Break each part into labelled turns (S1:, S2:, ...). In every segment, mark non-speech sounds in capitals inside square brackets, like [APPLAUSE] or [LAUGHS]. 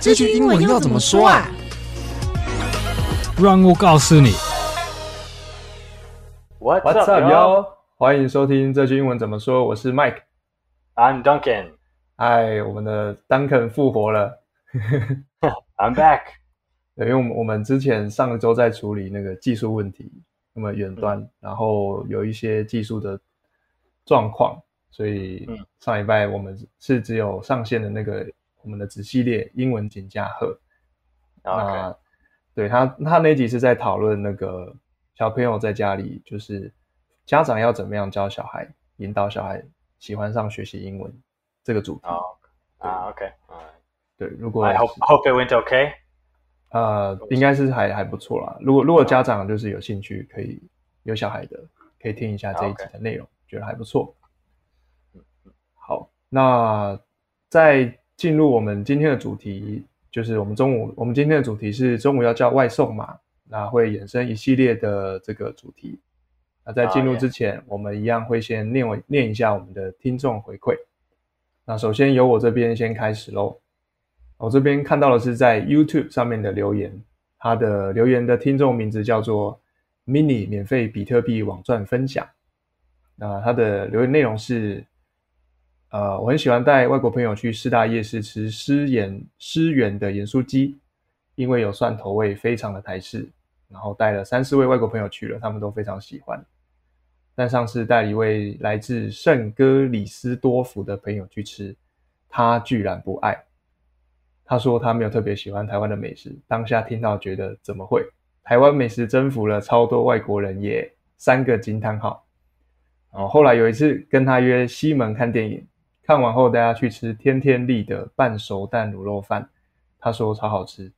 S1: 这句英文要怎么说啊？
S2: 让我告诉你，
S3: What's
S4: What's
S3: up,
S4: up,
S3: yo?
S4: yo？欢迎收听这句英文怎么说，我是 Mike。
S3: I'm Duncan.
S4: 嗨，我们的 Duncan 复活了。
S3: I'm [LAUGHS] back.
S4: 对，因为我们我们之前上个周在处理那个技术问题，那么远端，
S3: 嗯
S4: 然后有一些技术的状况，所以
S3: 嗯
S4: 上礼拜我们是只有上线的那个我们的子系列英文锦加贺。
S3: OK，
S4: 那对他他那集是在讨论那个小朋友在家里，就是家长要怎么样教小孩，引导小孩喜欢上学习英文这个主题。
S3: 好啊，OK，嗯
S4: 对，如果
S3: ，I hope
S4: 是
S3: hope it went okay.
S4: 呃，应该是还还不错啦。如果如果家长就是有兴趣，可以有小孩的，可以听一下这一集
S3: 哦 OK
S4: 的内容，觉得还不错。好，那在进入我们今天的主题，就是我们中午我们今天的主题是中午要叫外送嘛，那会衍生一系列的这个主题。那在进入
S3: 啊，yeah
S4: 之前，我们一样会先念我念一下我们的听众回馈。那首先由我这边先开始喽。我这边看到的是在 YouTube 上面的留言，他的留言的听众名字叫做 Mini 免费比特币网赚分享。那他的留言内容是：呃，我很喜欢带外国朋友去四大夜市吃诗盐诗源的盐酥鸡，因为有蒜头味，非常的台式。然后带了三四位外国朋友去了，他们都非常喜欢。但上次带了一位来自圣哥里斯多福的朋友去吃，他居然不爱。他说他没有特别喜欢台湾的美食，当下听到觉得怎么会？台湾美食征服了超多外国人耶！三个惊叹号。然后后来有一次跟他约西门看电影，看完后带他去吃天天利的半熟蛋卤肉饭，他说超好吃，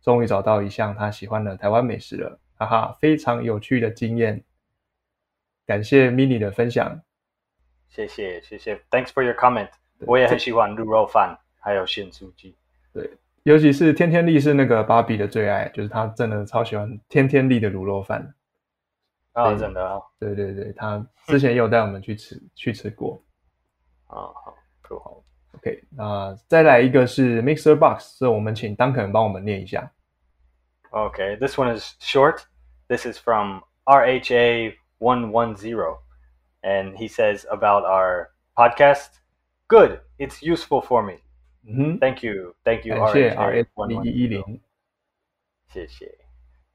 S4: 终于找到一项他喜欢的台湾美食了，哈哈，非常有趣的经验。感谢 mini 的分享，
S3: 谢谢，谢谢，Thanks for your comment。
S4: 对
S3: 我也很
S4: 这
S3: 喜欢鹿肉饭，还有咸酥鸡。
S4: 尤其是天天利是那个芭比的最爱，就是他真的超喜欢天天利的卤肉饭。
S3: 啊，
S4: 对
S3: 真的啊，
S4: 对对对，他之前也有带我们去吃去吃过。
S3: 啊好，cool。Oh,
S4: OK，那再来一个是 Mixer Box，这我们请 Duncan 帮我们念一下。
S3: Okay, this one is short. This is from RHA110. And he says about our podcast Good, it's useful for me.
S4: 嗯
S3: Thank you, thank
S4: 哼，
S3: you,
S4: 感谢 R
S3: RHA
S4: S 零一一 E 零。
S3: 谢谢。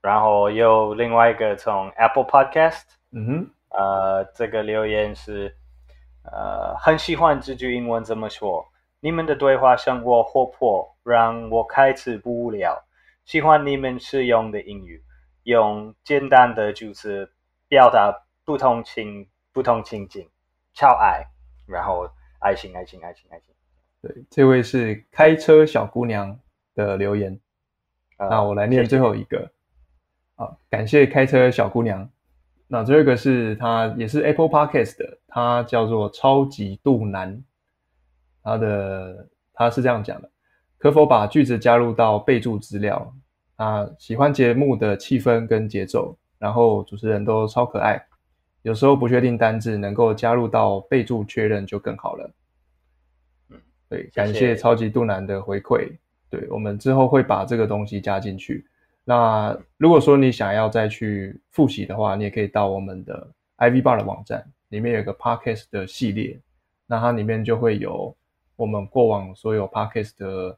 S3: 然后又另外一个从 Apple Podcast，
S4: 嗯哼，
S3: 呃，这个留言是，呃，很喜欢这句英文怎么说？你们的对话生活活泼，让我开始不无聊。喜欢你们使用的英语，用简单的句子表达不同情不同情景，超爱。然后爱心爱心爱心爱心。
S4: 对，这位是开车小姑娘的留言。
S3: 呃
S4: 那我来念最后一个。好，感谢开车小姑娘。那最后一个是她也是 Apple Podcast 的，她叫做超级肚腩。她的她是这样讲的：可否把句子加入到备注资料？啊，喜欢节目的气氛跟节奏，然后主持人都超可爱。有时候不确定单字，能够加入到备注确认就更好了。
S3: 嗯，
S4: 对，
S3: 谢
S4: 感谢
S3: 谢
S4: 超级肚腩的回馈。对，我们之后会把这个东西加进去。那如果说你想要再去复习的话，你也可以到我们的 IV Bar 的网站，里面有个 Podcast 的系列，那它里面就会有我们过往所有 Podcast 的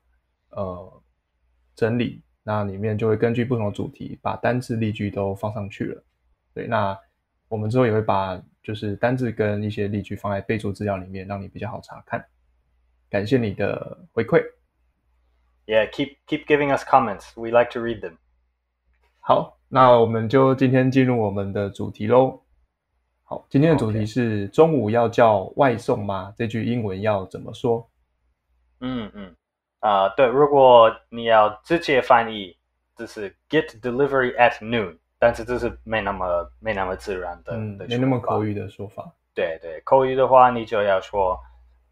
S4: 呃整理，那里面就会根据不同的主题，把单字例句都放上去了。对，那我们之后也会把就是单字跟一些例句放在备注资料里面，让你比较好查看。感谢你的回馈。
S3: Yeah, keep keep giving us comments. We like to read them.
S4: 好，那我们就今天进入我们的主题喽。好，今天的主
S3: OK
S4: 题是中午要叫外送吗？这句英文要怎么说？
S3: 嗯嗯，啊、对，如果你要直接翻译，就是 get delivery at noon，但是这是没那么没那么自然的，
S4: 嗯
S3: 的，
S4: 没那么
S3: 说法
S4: 口。语的说法。
S3: 对对，口语的话，你就要说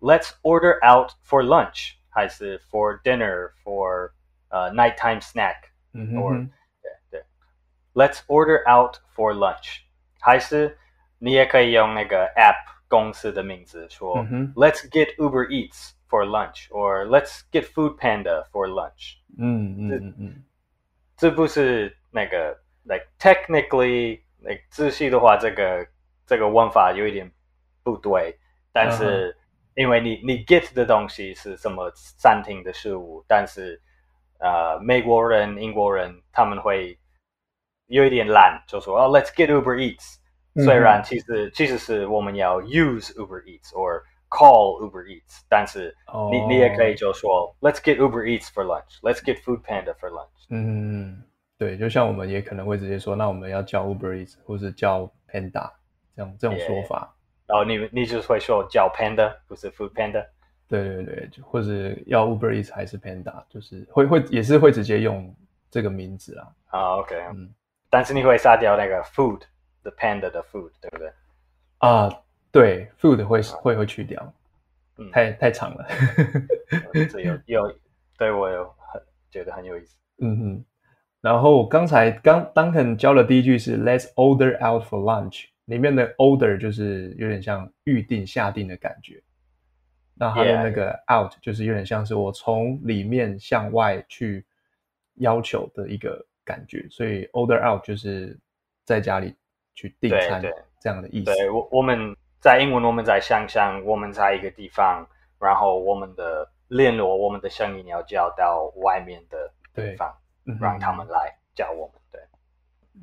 S3: let's order out for lunch，还是 for dinner，for 呃、nighttime snack，
S4: 嗯
S3: Or-
S4: 哼
S3: 对对，let's order out for lunch，还是你也可以用那个 app 公司的名字说、
S4: 嗯哼
S3: let's get Uber Eats for lunch or let's get Food Panda for lunch.
S4: 嗯嗯嗯嗯，
S3: 这不是那个 like technically like 仔细的话，这个这个问法有一点不对，但是因为你你 get 的东西是什么餐厅的事物，但是呃美国人英国人他们会有一点懒，就说哦 let's get Uber Eats，
S4: 嗯哼
S3: 虽然其实其实是我们要 use Uber Eats or call Uber Eats，但是
S4: 哦，
S3: 你你也可以就说 let's get Uber Eats for lunch，let's get Food Panda for lunch。
S4: 嗯，嗯，对，就像我们也可能会直接说，那我们要叫 Uber Eats 或是叫 Panda 这样这种说
S3: Yeah.
S4: 法。
S3: 然后你你就是会说叫 panda，不是 food panda。
S4: 对对对，就或者要 Uber Eats 还是 Panda，就是会会也是会直接用这个名字啦。
S3: 啊，OK、o k
S4: 嗯
S3: 但是你会杀掉那个 food 的 panda 的 food，对不
S4: [LAUGHS]
S3: 对？
S4: 啊，对，food 会会会去掉，
S3: 嗯
S4: 太太长了。
S3: 这有有对我有很觉得很有意思。
S4: 嗯嗯，然后刚才刚 Duncan 教的第一句是 Let's order out for lunch，里面的 order 就是有点像预定、下定的感觉。那它的
S3: Yeah.
S4: 那个 out 就是有点像是我从里面向外去要求的一个感觉，所以 order out 就是在家里去订
S3: 对
S4: 餐
S3: 对
S4: 这样的意思。
S3: 对我我们在英文我们在想象我们在一个地方，然后我们的联络我们的声音要叫到外面的地
S4: 对
S3: 方，
S4: 嗯哼
S3: 让他们来叫我们。对，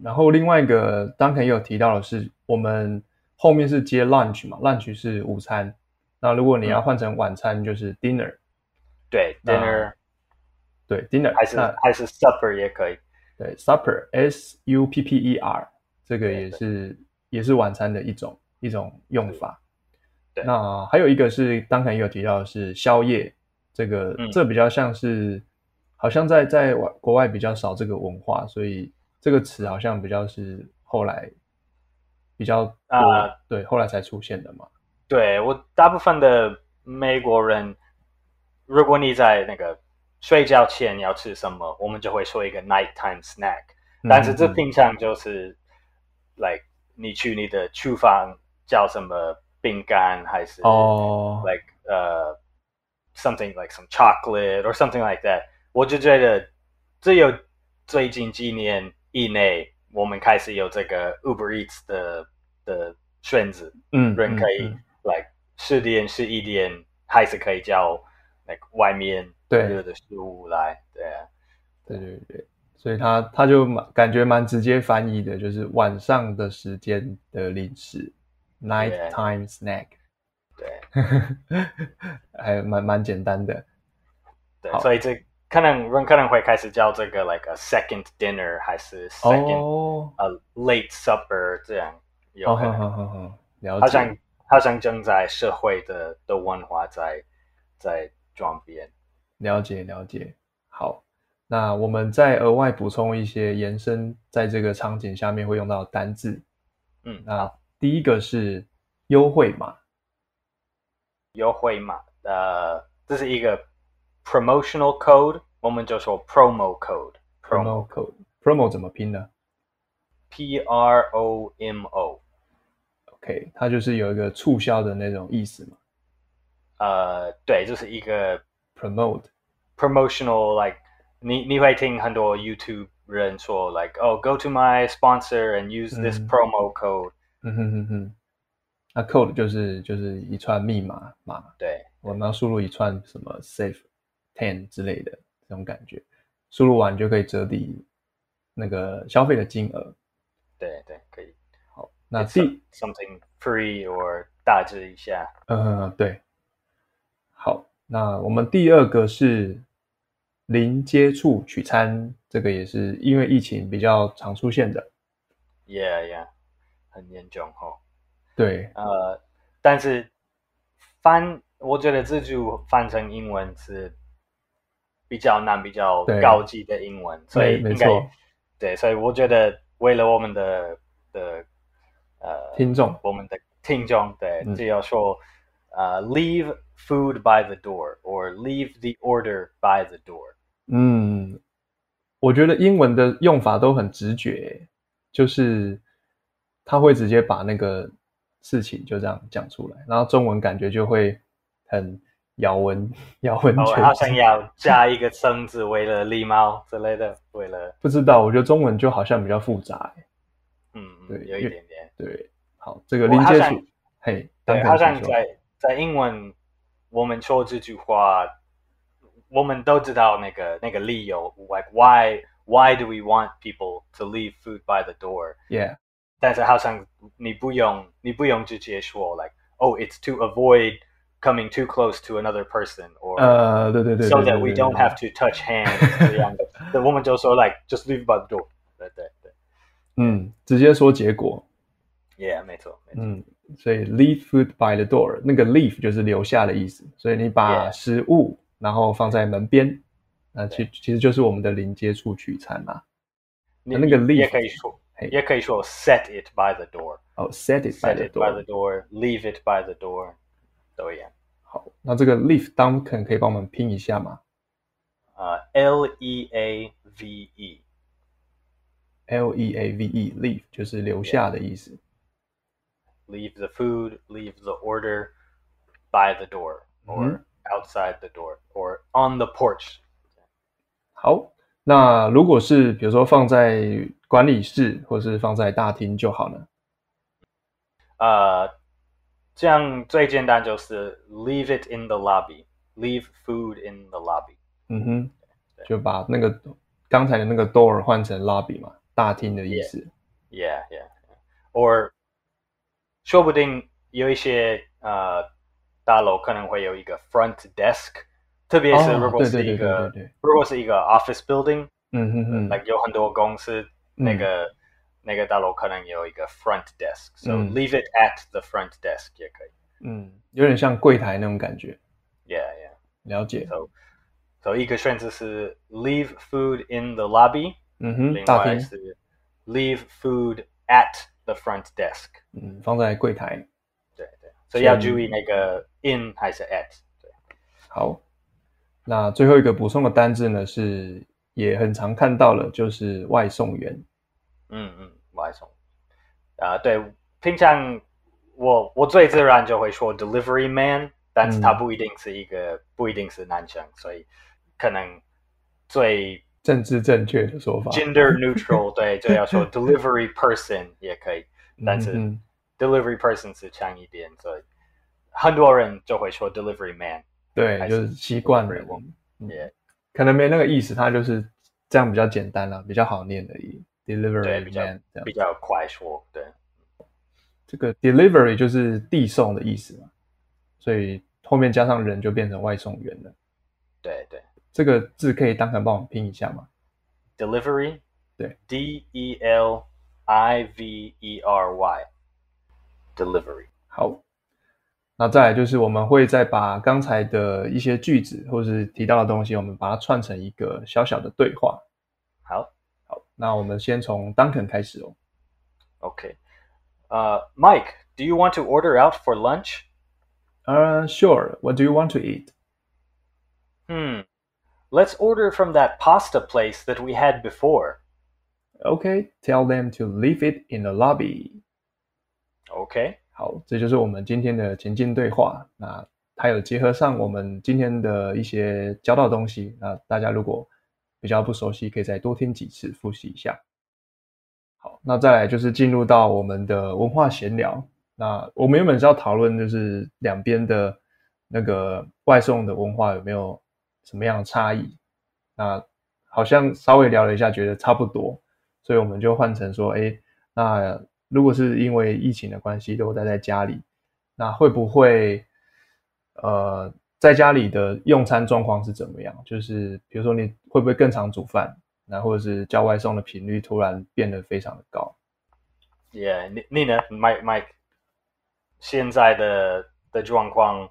S4: 然后另外一个 Duncan 也有提到的是，我们后面是接 lunch 嘛，lunch 是午餐。那如果你
S3: 嗯
S4: 要换成晚餐，就是 dinner，、
S3: 对
S4: 那
S3: ，dinner
S4: 对 dinner
S3: 还是
S4: 那
S3: 还是 supper 也可以。
S4: 对 supper s u p p e r 这个也是也是晚餐的一种一种用法。
S3: 对
S4: 那还有一个是 Duncan 也有提到的是宵夜，这个、
S3: 嗯
S4: 这比较像是好像在在外国外比较少这个文化，所以这个词好像比较是后来比较多、
S3: 啊
S4: 对后来才出现的嘛。
S3: 对我大部分的美国人，如果你在那个睡觉前要吃什么，我们就会说一个 nighttime snack。但是这
S4: 嗯
S3: 平常就是，like 你去你的厨房叫什么饼干，还是
S4: 哦
S3: like 呃、something like some chocolate or something like that。我就觉得只有最近几年以内，我们开始有这个 Uber Eats 的的选择。
S4: 嗯
S3: 人可以
S4: 嗯嗯
S3: like 十点十一点还是可以叫 like 外面
S4: 对
S3: 热的食物来，对啊，
S4: 对对对，所以他他就蛮感觉蛮直接翻译的，就是晚上的时间的零食
S3: Yeah
S4: （nighttime snack）， [LAUGHS]
S3: 对
S4: 还蛮蛮简单的。
S3: 对，
S4: 好
S3: 所以这可能人可能会开始叫这个 like a second dinner 还是 second
S4: 哦，
S3: a late supper 这样，有
S4: 好
S3: 可
S4: 好
S3: 能
S4: 好好好，了
S3: 好像
S4: 解。
S3: 好像正在社会的的文化在在转变，
S4: 了解了解。好，那我们再额外补充一些延伸在这个场景下面会用到的单字。
S3: 嗯，
S4: 那第一个是优惠码，
S3: 优惠码，呃，这是一个 promotional code，我们就说 promo code，promo
S4: promo code。promo 怎么拼呢
S3: P R O M O，
S4: ？OK，它就是有一个促销的那种意思嘛。
S3: 呃，对，就是一个
S4: promote。
S3: promotional like 你你会听很多 YouTube 人说 like oh go to my sponsor and use this
S4: 嗯
S3: promo code，、
S4: 嗯哼哼哼，那 code 就是就是一串密码码，
S3: 对
S4: 我们要输入一串什么 save ten 之类的这种感觉，输入完就可以折抵那个消费的金额。
S3: 对对，可以。
S4: 好，那
S3: It's
S4: 第
S3: something free or 大致一下
S4: 呃对，好，那我们第二个是零接触取餐，这个也是因为疫情比较常出现的。
S3: ，yeah yeah，很严重哦。
S4: 对，
S3: 呃，但是翻，我觉得这就翻成英文是比较难、比较
S4: 对
S3: 高级的英文，所以
S4: 没
S3: 应该
S4: 错
S3: 对，所以我觉得为了我们的的呃
S4: 听众
S3: 我们的听众，对
S4: 嗯，
S3: 就要说呃，leave food by the door or leave the order by the door。
S4: 嗯，我觉得英文的用法都很直觉，就是他会直接把那个事情就这样讲出来，然后中文感觉就会很咬文咬文
S3: 哦，
S4: 嚼
S3: 好
S4: 字
S3: 想，要加一个生字，为了狸猫之类的，为了
S4: 不知道，我觉得中文就好像比较复杂欸。
S3: 嗯，
S4: 对
S3: 有一
S4: 因为
S3: 点点。
S4: 对，好，这个
S3: 我
S4: 临
S3: 好
S4: 界
S3: 像
S4: 处，嘿，
S3: 对，
S4: 当
S3: 好
S4: 成
S3: 像
S4: 是说
S3: 在在英文，我们说这句话，我们都知道那个那个理由，like why why do we want people to leave food by the door？
S4: ，Yeah，
S3: 但是好像你不用你不用直接说，like oh it's to avoid coming too close to another person or、
S4: 呃，对对对
S3: so
S4: 对
S3: that
S4: 对
S3: we
S4: 对
S3: don't
S4: 对
S3: have to touch
S4: [LAUGHS]
S3: hands 这样的。对，我们就说 like just leave by the door。对对对
S4: 嗯，直接说结果，
S3: ，yeah，没错没错。
S4: 嗯，所以 leave food by the door，那个 leave 就是留下的意思，所以你把
S3: Yeah.
S4: 食物然后放在门边，那其其实就是我们的临接处取餐啦。
S3: 你
S4: 那个
S3: 你也
S4: leave-
S3: 可以说
S4: 嘿，
S3: 也可以说 set it by the door。
S4: 哦，set it
S3: Set
S4: by the
S3: it by the
S4: door。
S3: door, leave it by the door，都一样。
S4: 好，那这个 leave 当可能可以帮我们拼一下吗
S3: 呃、l E A V E，
S4: ？L E A V E leave 就是留下的意思。
S3: leave the food, leave the order by the door
S4: Mm-hmm.
S3: or outside the door or on the porch.
S4: 好，那如果是比如说放在管理室或是放在大厅就好了。
S3: 呃，这样最简单就是 leave it in the lobby, leave food in the lobby.
S4: 嗯哼，就把那个刚才的那个 door 换成 lobby 嘛，大厅的意思。
S3: Yeah, yeah. Or 说不定有一些呃大楼 uh, 可能会有一个 front desk，特别是
S4: 哦
S3: 如果
S4: 对
S3: 是
S4: 对
S3: 一
S4: 对
S3: 个
S4: 对对对
S3: 如果是一个 office building，
S4: 嗯哼哼，
S3: like 有很多公司那个那个大楼可能有一个 front desk，so
S4: 嗯
S3: leave it at the front desk 也可以。
S4: 嗯，有点像柜台那种感觉。
S3: Yeah, yeah.
S4: 了解。
S3: So so 一个选择是 leave food in the lobby，
S4: 嗯哼，
S3: 另
S4: 大
S3: 外
S4: 厅，
S3: 是 leave food at the front desk。
S4: 嗯，放在柜台。
S3: 对对，所以要注意那个 in 还是 at。对，
S4: 好，那最后一个补充的单字呢，是也很常看到了，就是外送员。
S3: 嗯嗯，外送。啊，对，平常我我最自然就会说 delivery man，但是它
S4: 嗯
S3: 不一定是一个，不一定是男生，所以可能最
S4: [LAUGHS] 政治正确的说法。
S3: gender neutral，对，就要
S4: [LAUGHS]
S3: 说 delivery person 也可以，但是
S4: 嗯
S3: delivery person 是强一点，所以很多人就会说 delivery man。
S4: 对，
S3: 还
S4: 就是是习惯了
S3: delivery woman。
S4: 嗯
S3: Yeah
S4: 可能没那个意思，它就是这样比较简单了，比较好念而已。
S3: 对
S4: Delivery
S3: 比较
S4: man 这样
S3: 比，较快说，对，
S4: 这个 delivery 就是递送的意思嘛，所以后面加上人就变成外送员了。
S3: 对对
S4: 这个字可以当成帮我们拼一下吗？
S3: ，delivery，
S4: 对
S3: ，D E L I V E R Y，delivery，
S4: 好，那再来就是我们会再把刚才的一些句子或是提到的东西，我们把它串成一个小小的对话。
S3: 好
S4: 好，那我们先从 Duncan 开始哦。
S3: ，OK，呃、m i k e d o you want to order out for lunch？
S4: Uh, sure. What do you want to eat?
S3: Hmm. Let's order from that pasta place that we had before.
S4: Okay, tell them to leave it in the lobby.
S3: Okay.
S4: 好，这就是我们今天的情境对话。那它有结合上我们今天的一些教到的东西。那大家如果比较不熟悉，可以再多听几次，复习一下。好，那再来就是进入到我们的文化闲聊。那我们原本是要讨论就是两边的那个外送的文化有没有什么样的差异。那好像稍微聊了一下，觉得差不多，所以我们就换成说，哎，那如果是因为疫情的关系都待在家里，那会不会呃在家里的用餐状况是怎么样？就是比如说你会不会更常煮饭，那或者是叫外送的频率突然变得非常的高？
S3: Yeah. 你你呢，Mike Mike？现在的的状况，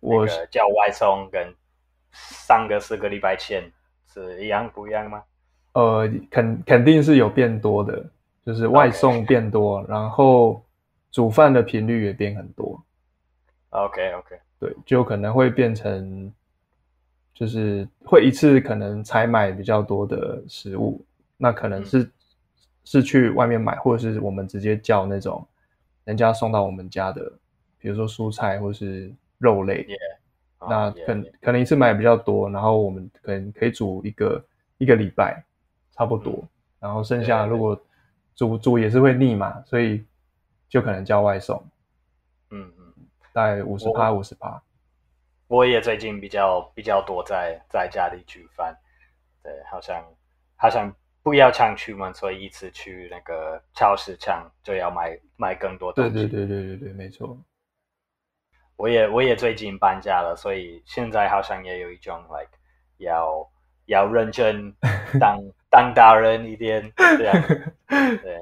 S4: 我
S3: 那个叫外送跟上个四个礼拜前是一样不一样吗？
S4: 呃肯肯定是有变多的，就是外
S3: OK
S4: 送变多，然后煮饭的频率也变很多。
S3: OK OK，
S4: 对，就可能会变成，就是会一次可能采买比较多的食物，那可
S3: 嗯
S4: 能是、是去外面买，或者是我们直接叫那种人家送到我们家的，比如说蔬菜或是肉类
S3: Oh, Yeah 啊
S4: 那
S3: 也
S4: 可能
S3: 也
S4: 可能一次买比较多，然后我们可能可以煮一个一个礼拜差不多，然后剩下
S3: 嗯对对
S4: 如果煮煮也是会腻嘛，所以就可能叫外送，
S3: 嗯嗯，
S4: 大概五十趴五十趴。
S3: 我也最近比较比较多在在家里煮饭，对，好像好像不要常出门，所以一次去那个超市场就要买买更多东
S4: 对
S3: 西。
S4: 对对对对对，没错。
S3: 我也我也最近搬家了，所以现在好像也有一种 like 要要认真 [LAUGHS] 当当大人一点，这
S4: [LAUGHS]
S3: 样对，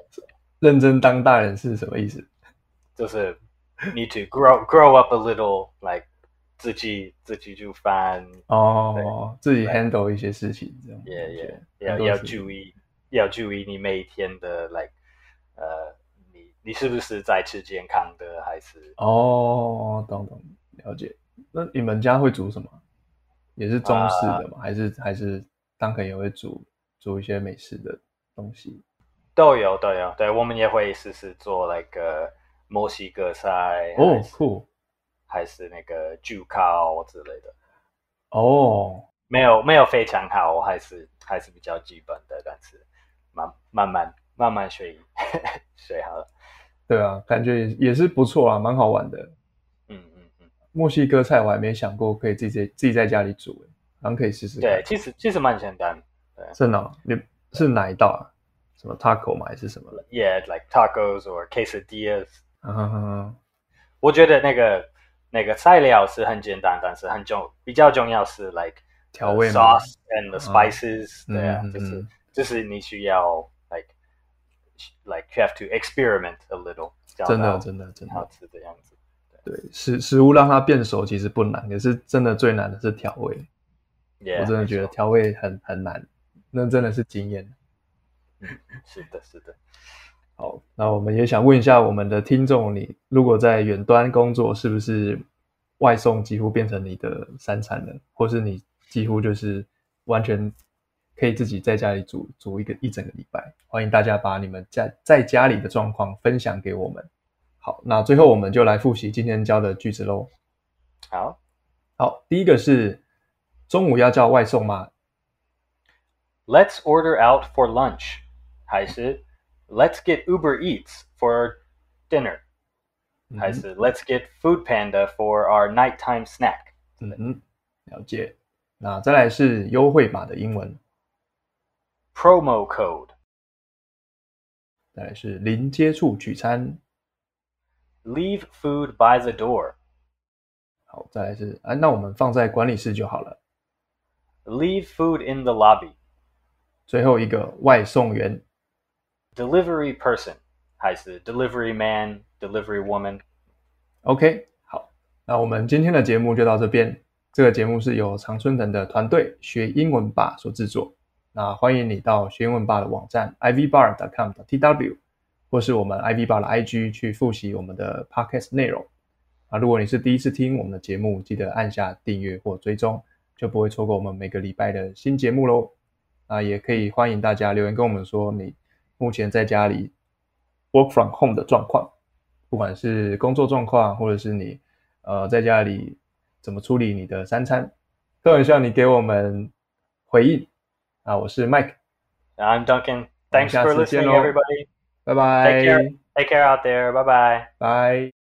S4: 认真当大人是什么意思？
S3: 就是 need to grow grow up a little like 自己自己煮饭
S4: 哦，自己
S3: 对
S4: handle 一些事情这样。
S3: 也也
S4: 很
S3: 要
S4: 多
S3: 要
S4: 事情
S3: 注意要注意你每一天的 like 呃你你是不是在吃健康的还是
S4: 哦，懂懂，了解。那你们家会煮什么？也是中式的
S3: 啊
S4: 吗？还是还是当肯也会煮煮一些美式的东西？
S3: 都有都有，对我们也会试试做那个墨西哥菜
S4: 哦
S3: 还是
S4: 酷
S3: 还是那个焗烤之类的，
S4: 哦，
S3: 没有没有非常好，我还是还是比较基本的，但是慢慢慢慢慢学 [LAUGHS] 学好了，
S4: 对啊，感觉也也是不错啊，蛮好玩的。
S3: 嗯嗯嗯，
S4: 墨西哥菜我还没想过可以自己自己在家里煮，欸好像可以试试看。
S3: 对，，其实其实蛮简单
S4: 真的哦、你是哪一道啊？什么 taco 吗？还是什么？
S3: ，yeah，like tacos or quesadillas，
S4: 啊哈哈哈。
S3: 我觉得那个那个材料是很简单，但是很重比较重要是 like
S4: 调味
S3: the
S4: 吗
S3: sauce and the
S4: 嗯
S3: spices，、
S4: 嗯
S3: 对啊，
S4: 嗯
S3: 就是
S4: 嗯
S3: 就是你需要 like like you have to experiment a little，
S4: 真的
S3: 的
S4: 真的真的
S3: 好。吃的样子。
S4: 对，食食物让它变熟其实不难，可是真的最难的是调味。
S3: Yeah,
S4: 我真的觉得
S3: 啊没错
S4: 调味很很难，那真的是经验。
S3: 是的，是的。
S4: 好，那我们也想问一下我们的听众，你如果在远端工作，是不是外送几乎变成你的三餐了，或是你几乎就是完全可以自己在家里煮煮一个一整个礼拜？欢迎大家把你们在在家里的状况分享给我们。好，那最后我们就来复习今天教的句子喽。
S3: 好，
S4: 好，第一个是中午要叫外送吗？
S3: Let's order out for lunch，还是 Let's get Uber Eats for dinner，还是 Let's get Food Panda for our nighttime snack。
S4: 嗯哼，了解。那再来是优惠码的英文，
S3: Promo code
S4: 再来是零接触取餐，
S3: leave food by the door,
S4: 好，再来是啊，那我们放在管理室就好了。
S3: leave food in the lobby,
S4: 最后一个外送员，
S3: delivery person 还是 delivery man, delivery woman。
S4: OK，好，那我们今天的节目就到这边。这个节目是由常春藤的团队学英文吧所制作。那欢迎你到学英文吧的网站 ivbar.com.tw，或是我们 ivbar 的 IG 去复习我们的 podcast 内容。啊，如果你是第一次听我们的节目，记得按下订阅或追踪，就不会错过我们每个礼拜的新节目喽。啊，也可以欢迎大家留言跟我们说你目前在家里 work from home 的状况。不管是工作状况，或者是你呃在家里怎么处理你的三餐，都很需要你给我们回应啊！我是 Mike，
S3: I'm Duncan. Thanks for
S4: 下次见
S3: listening,
S4: 喽
S3: everybody.
S4: 拜拜，
S3: Take care. Take care out there. Bye bye.
S4: 拜。